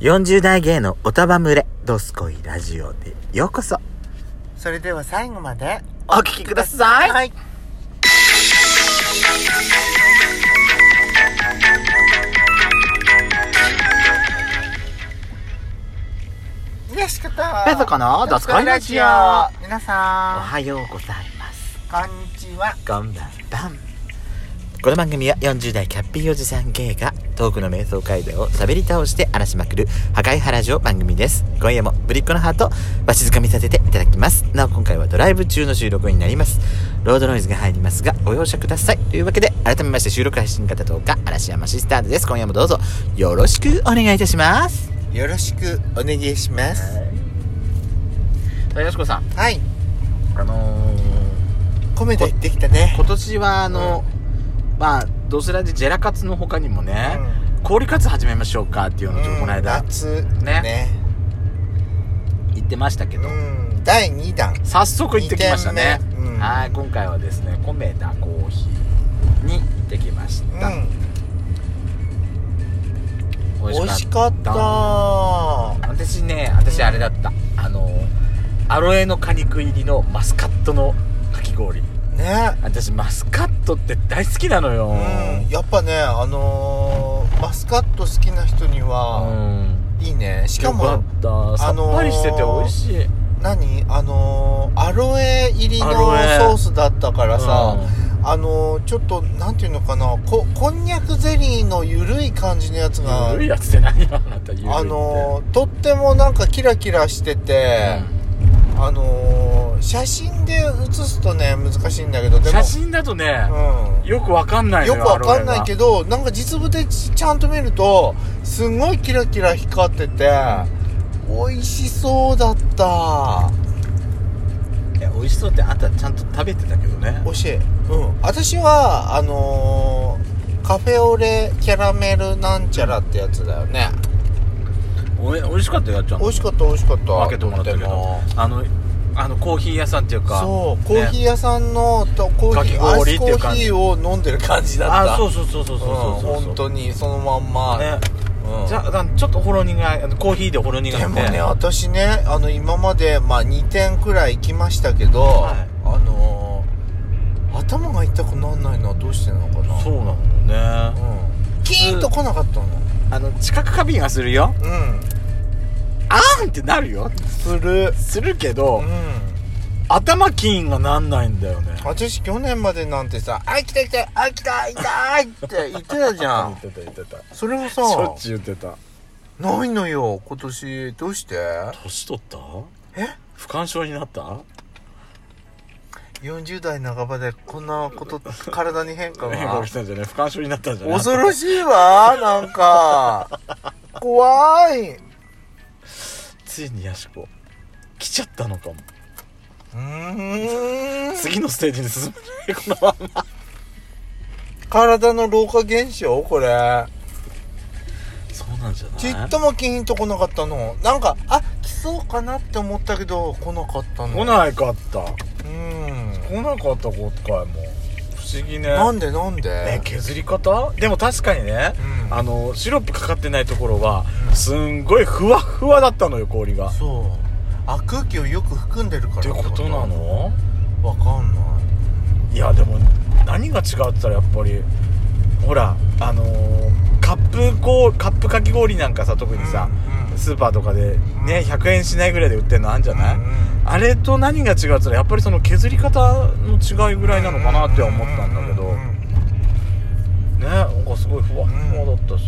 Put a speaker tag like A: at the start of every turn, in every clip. A: 40代芸のおたばむれ、ドスコイラジオでようこそ、
B: それでは最後まで
A: お聞きください。
B: はいよしこと
A: ペソコのドスコイラジオ
B: 皆
A: お
B: さ
A: はようございます。
B: んこんにちは
A: こんばんばん。この番組は40代キャッピーおじさん芸がトークの瞑想街道を喋り倒して荒らしまくる破壊ハラジオ番組です。今夜もぶりっ子のハートをわしづかみさせていただきます。なお今回はドライブ中の収録になります。ロードノイズが入りますがご容赦ください。というわけで改めまして収録配信方とか嵐山シスターズです。今夜もどうぞよろしくお願いいたします。
B: よろしくお願いします
A: よしこさん、
B: はい
A: あの
B: 米田行ってきたね
A: 今年はあの、まあドスラジジェラカツの他にもね、氷カツ始めましょうかっていうのをちょっとこの間
B: 夏
A: ね
B: ね
A: 言ってましたけど、
B: うん第2弾
A: 早速行ってきましたね
B: 二、軒目うん
A: はい今回はですねコメダコーヒーに行ってきまし
B: う
A: た、
B: ん美味し
A: か
B: かった
A: った私ね私あれだった、あのアロエの果肉入りのマスカットのかき氷
B: ね
A: 私マスカットって大好きなのよ
B: うんやっぱねあのーマスカット好きな人には
A: うん
B: いいねしか
A: よか
B: も
A: ったさ
B: あのー
A: っぱりしてて美味しい、
B: 何あのーアロエ入りの
A: アロエ
B: ソースだったからさ
A: うん
B: あのーちょっとなんていうのかなここんにゃくゼリーのゆるい感じのやつが
A: ゆるいやつって何よあなたゆるいって
B: あのーとってもなんかキラキラしてて、あのー写真で写すとね難しいんだけどでも
A: 写真だとね、
B: うん
A: よくわかんないの
B: よくわかんない
A: ど
B: けどなんか実物でちちゃんと見るとすごいキラキラ光ってて美味しそうだった
A: 美味しそうってあんたちゃんと食べてたけどね
B: 美味しい、うん、私はあのーカフェオレキャラメルなんちゃらってやつだよね
A: おい美味しかったよちゃん
B: 美味しかった美味しかった
A: 分けてもらったけ
B: と
A: ど
B: っても
A: あのあのコーヒー屋さんっていうか
B: そうコーヒー
A: ね
B: 屋さんのとコーヒー
A: かき
B: アイ
A: 氷
B: ス
A: って
B: コ
A: いう
B: ー
A: 感
B: ヒ
A: じ
B: ーを飲んでる感じだった
A: あそううそうそうそうそうそうそう、
B: ん本当にそのまんま、
A: ね
B: うん
A: じゃああのちょっとほろ苦いあのコーヒーでほろ苦い
B: でもね私ねあの今まで、まあ、2点くらい行きましたけど、
A: はい
B: あのー頭が痛くならないのはどうしてなのかな
A: そうなのね
B: うん、キーンと来なかったの
A: あの近く過敏がするよ
B: うん
A: あーんってなるよ
B: する
A: するけ
B: う
A: ど
B: ん
A: 頭金がなんないんだよね
B: 私去年までなんてさ「あ来た来たあ来た痛い」って言ってたじゃ
A: 言っ
B: ん
A: てた言ってたし
B: それもさ
A: ょっちゅう言ってた
B: ないのよ今年どうして
A: 年取った
B: え
A: 不感症になった
B: 40代半ばでこんなこと体に変化
A: 変化
B: が
A: が来たんじゃない不感症になったんじゃない
B: 恐ろしいわなんか怖い
A: ついにヤシコ来ちゃったのかも
B: うーん
A: 次のステージに進めないこのまま
B: 体の老化現象これ
A: そうなんじゃない
B: ちっともキーンと来なかったのなんかあ来そうかなって思ったけど来なかったの
A: 来ないかった
B: うん
A: 来なかった今回も不思議ね
B: なんでなんで、
A: ね削り方でも確かにね、
B: うん
A: あのシロップかかってないところはすんごいふわふわだったのよ氷がっ
B: そうあ空気をよく含んでるからって
A: ことなの
B: わかんない
A: いやでも何が違うって言ったらやっぱりほらあのーカップこうカップかき氷なんかさ特にさ、
B: うんうん
A: スーパーとかでね100円しないぐらいで売ってるのあんじゃない、
B: うんうん
A: あれと何が違うって言ったらやっぱりその削り方の違いぐらいなのかなっては思ったんだけど
B: う
A: ね
B: ん
A: なんかすごいふわふわだった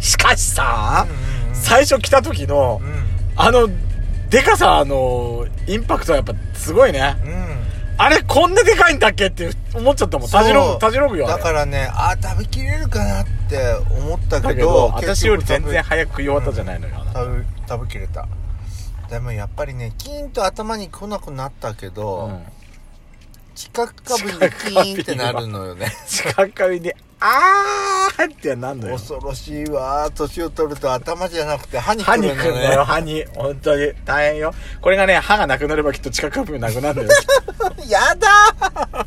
A: ししかしさ、
B: うんうん
A: 最初来た時の
B: う
A: あのでかさのインパクトはやっぱすごいね
B: んうん
A: あれこんなでかいんだっけって思っちゃったもん
B: そう
A: たじろぐたじろぐよあれ
B: だからねあー食べきれるかなって思ったけど
A: だけど
B: 結局
A: 私より全然早く食い終わったじゃないのよ、あなた
B: 食べ食べきれたでもやっぱりねキーンと頭に来なくなったけど、
A: うん
B: 近くかぶりにキーンってなるのよね
A: 近くにあーってなんのよ
B: 恐ろしいわー年を取ると頭じゃなくて歯に
A: 歯
B: 来
A: に
B: る
A: 来ん
B: の
A: だよ
B: ね
A: 歯に本当に大変よこれがね歯がなくなればきっと近く部分なくなる んだよ
B: やだ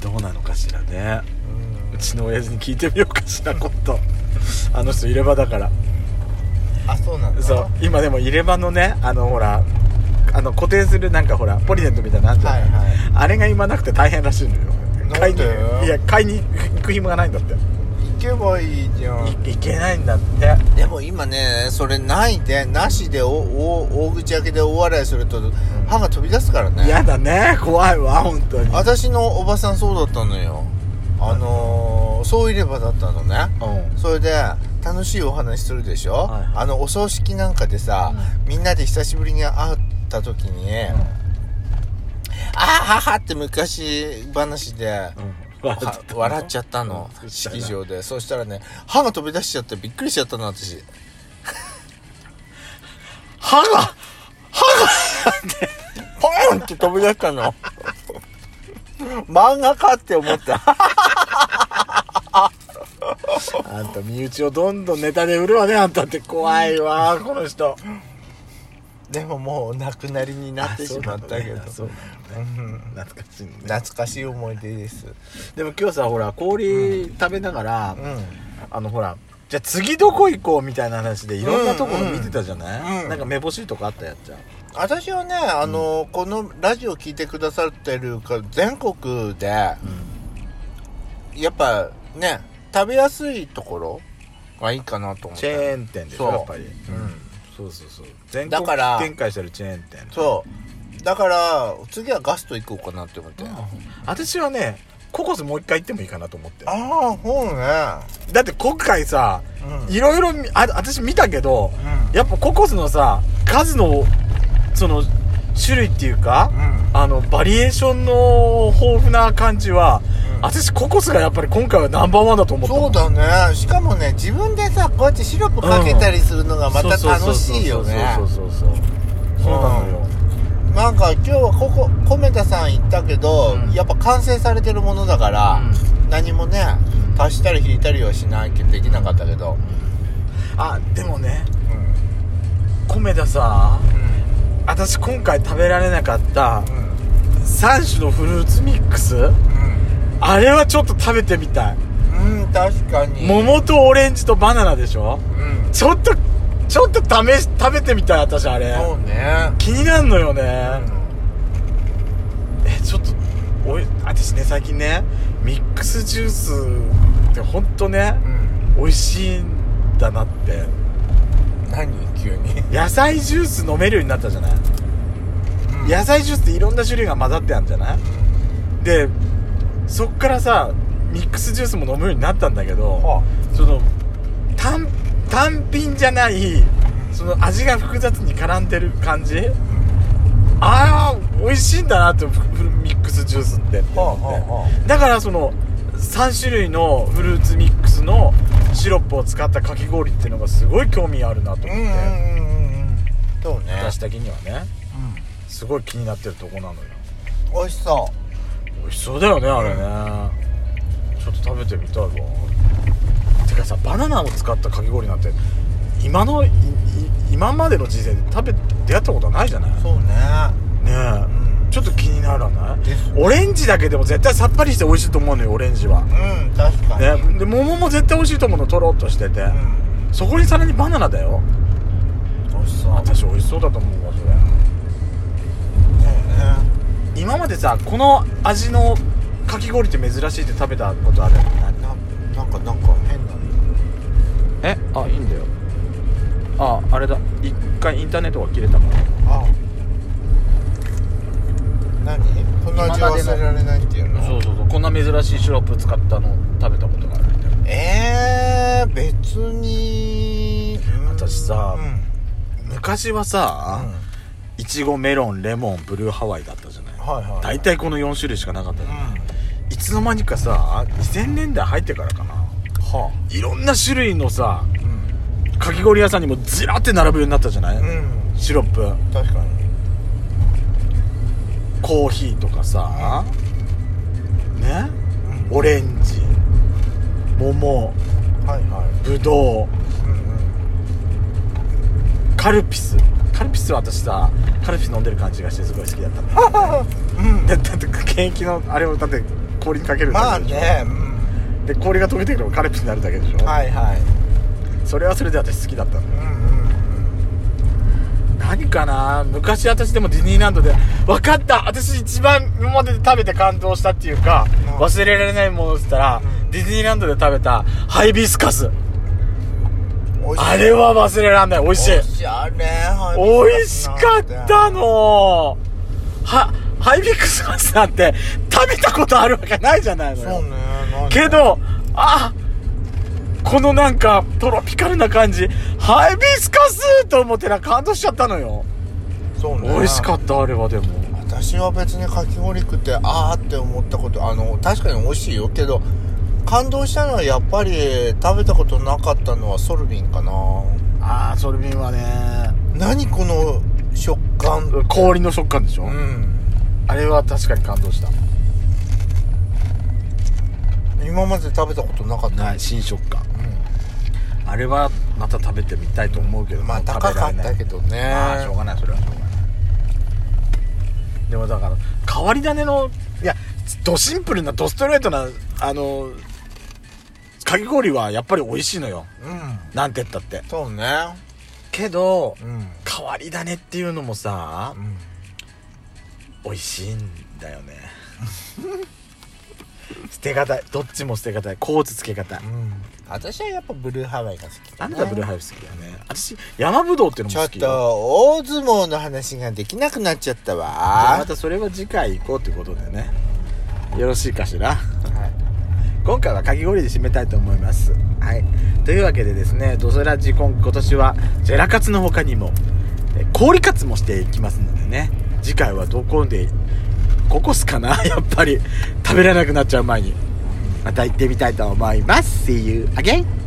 A: どうなのかしらね
B: ー
A: うちの親父に聞いてみようかしら今度あの人入れ歯だから
B: あそうなんだ
A: そう今でも入れ歯のねあのほらあの固定するなんかほらポリデントみたいなのあんじゃん
B: はいはい
A: あれが今なくて大変らしいのよ
B: なんで
A: 買いにいや買いに行く暇がないんだって
B: 行けばいいじゃん
A: いいけないんだって
B: でも今ねそれないでなしでおお大口開けで大笑いすると歯が飛び出すからね
A: 嫌だね怖いわ本当に
B: 私のおばさんそうだったのよあのー、そういればだったのね
A: うん
B: それで楽しいお話するでしょ、
A: はい
B: あのお葬式なんかでさ、みんなで久しぶりに会った時に、ああははって昔話で、は笑っちゃったの
A: うん
B: 式場でそうしたらね歯が飛び出しちゃってびっくりしちゃったの私
A: 歯が
B: ポーンって飛び出し たの漫画かって思った
A: あんた身内をどんどんネタで売るわねあんたって怖いわこの人
B: でももう亡くなりになってしまったけど、
A: あそうなのね
B: うん
A: 懐かしいね
B: 懐かしい思い出です
A: でも今日さほら氷食べながら、
B: うん
A: あのほらじゃあ次どこ行こうみたいな話でいろんなとこ
B: うん
A: ろ
B: うん
A: 見てたじゃない、
B: うん
A: なんか目星とかあったやっちゃん
B: 私はねあの、このラジオ聞いてくださってるか全国でやっぱね食べやすいところがいいかなと思っ
A: チ
B: て
A: ェーン店でし
B: そ
A: ょ
B: う
A: やっぱり、
B: うん
A: そうそうそう全
B: だ
A: 国
B: から
A: 展開してるチェーン店
B: そうだから次はガスト行こうかなって思って、あ
A: 私はねココスもう一回行ってもいいかなと思ってる
B: あそうね
A: だって今回さ
B: うん
A: いろいろみあ私見たけど、
B: うん
A: やっぱココスのさ数のその種類っていうか、
B: う
A: あのバリエーションの豊富な感じは、
B: うん
A: 私ココスがやっぱり今回はナンバーワンだと思った
B: そうだねしかもね自分でさこうやってシロップかけたりするのがまた楽しいよね
A: そうそうそうそうそうなのよ
B: なんか今日はここ米田さん行ったけど、
A: うん
B: やっぱ完成されてるものだから、何もね足したり引いたりはしないけどできなかったけど、
A: あでもね
B: うん
A: 米田さ私今回食べられなかった3種のフルーツミックスあれはちょっと食べてみたい
B: うん、うん確かに
A: 桃とオレンジとバナナでしょ
B: うん
A: ちょっとちょっと試し食べてみたい私あれ
B: そうね、
A: 気になるのよね
B: う
A: えちょっとおい私ね最近ねミックスジュースってほんとね
B: んう
A: 美
B: ん、
A: 味しいんだなって
B: 何急に、
A: 野菜ジュース飲めるようになったじゃない野菜ジュースっていろんな種類が混ざってあるんじゃないでそっからさミックスジュースも飲むようになったんだけど、
B: は
A: その単単品じゃないその味が複雑に絡んでる感じ、ああ美味しいんだなってフルミックスジュースってって
B: はあ
A: 思って
B: はあは
A: だからその3種類のフルーツミックスのシロップを使ったかき氷っていうのがすごい興味あるなと
B: う
A: 思
B: ん
A: って、
B: うんうんうんうんそうね
A: 私的にはねすごい気になってるとこなのよ
B: 美味しそ
A: 美味しそうだよねあれね、ちょっと食べてみたいわてかさバナナを使ったかき氷なんて今のいい今までの人生で食べ出会ったことないじゃないう
B: そうね
A: ねえ、
B: うん
A: ちょっと気にならない
B: です
A: オレンジだけでも絶対さっぱりして美味しいと思うのよオレンジは、
B: うん確かに、
A: ね、で桃も絶対美味しいと思うのとろっとしてて、
B: うん
A: そこにさらにバナナだよ
B: 美味しそう
A: 私美味しそうだと思うわそれ
B: そうね
A: 今までさこの味のかき氷って珍しいって食べたことある
B: ななんかなんか変な
A: えあいいんだよああれだ一回インターネットが切れたから
B: あ何この味忘れられないっていうの
A: そうそうそうこんな珍しいシロップ使ったの食べたことがあるんだよ
B: えー、別にうん
A: 私さ
B: うん
A: 昔はさ
B: うん
A: いちごメロンレモンブルーハワイだったじゃない
B: はいはい
A: 大体この4種類しかなかったじゃない
B: うん
A: いつの間にかさ2000年代入ってからかな
B: はい
A: ろんな種類のさ
B: あうん
A: かき氷屋さんにもずらって並ぶようになったじゃない、
B: うん
A: シロップ
B: 確かに
A: コーヒーとかさね
B: う
A: オレンジ桃
B: はいはい
A: ぶどう
B: うんうん
A: カルピスカルピスは私さカルピス飲んでる感じがしてすごい好きだったんだよ
B: うん
A: だだって現役のあれをだって氷にかけるだ
B: まあ
A: けでしょ
B: ねうん
A: で氷が溶けてくればカルピスになるだけでしょ、
B: はいはい
A: それはそれで私好きだったの何かな昔私でもディズニーランドで分かった私一番今までで食べて感動したっていうか
B: うん
A: 忘れられないものって言ったら
B: うん
A: ディズニーランドで食べたハイビスカス
B: 美味しい
A: あれは忘れられない美味しい
B: 美味しいあれ
A: 美味しかったのはハイビックスカスなんて食べたことあるわけないじゃないの
B: そう
A: よ
B: ねなんで
A: けどあこのなんかトロピカルな感じハイビスカスと思ってなんか感動しちゃったのよ
B: そうね
A: 美味しかったあれはでも
B: 私は別にかき氷食ってあーって思ったことあの確かに美味しいよけど感動したのはやっぱり食べたことなかったのはソルビンかな
A: ああソルビンはね
B: 何この食感
A: 氷の食感でしょ、
B: うん
A: あれは確かに感動した
B: 今まで食べたことなかった、
A: ない新食感あれはまた食べてみたいと思うけど
B: うん、まあ
A: もう食
B: 高
A: べ
B: から
A: れ
B: っ
A: ない
B: たけどね
A: まあしょうがないそれはしょうがないでもだから変わり種のいやドシンプルなドストレートなあのかき氷はやっぱり美味しいのよ
B: うん
A: なんて言ったって
B: そうね
A: けど
B: うん
A: 変わり種っていうのもさ
B: うん
A: 美味しいんだよね 捨てがたいどっちも捨てがたいコーツつけがたい
B: うん私はやっぱブルーハワイが好きだ
A: あ
B: ね
A: なたブルーハイブ好きだよね私山ぶどうっていうの
B: ち
A: も
B: ょっ
A: 好きよ
B: と大相撲の話ができなくなっちゃった
A: じゃあ
B: わ
A: またそれは次回行こうってことでねよろしいかしら今回はかき氷で締めたいと思いますはいというわけでですねドソラジ今今年はジェラカツの他にもえ氷カツもしていきますのでね次回はどこでここっすかな やっぱり食べられなくなっちゃう前にまた行ってみたいと思います See you again!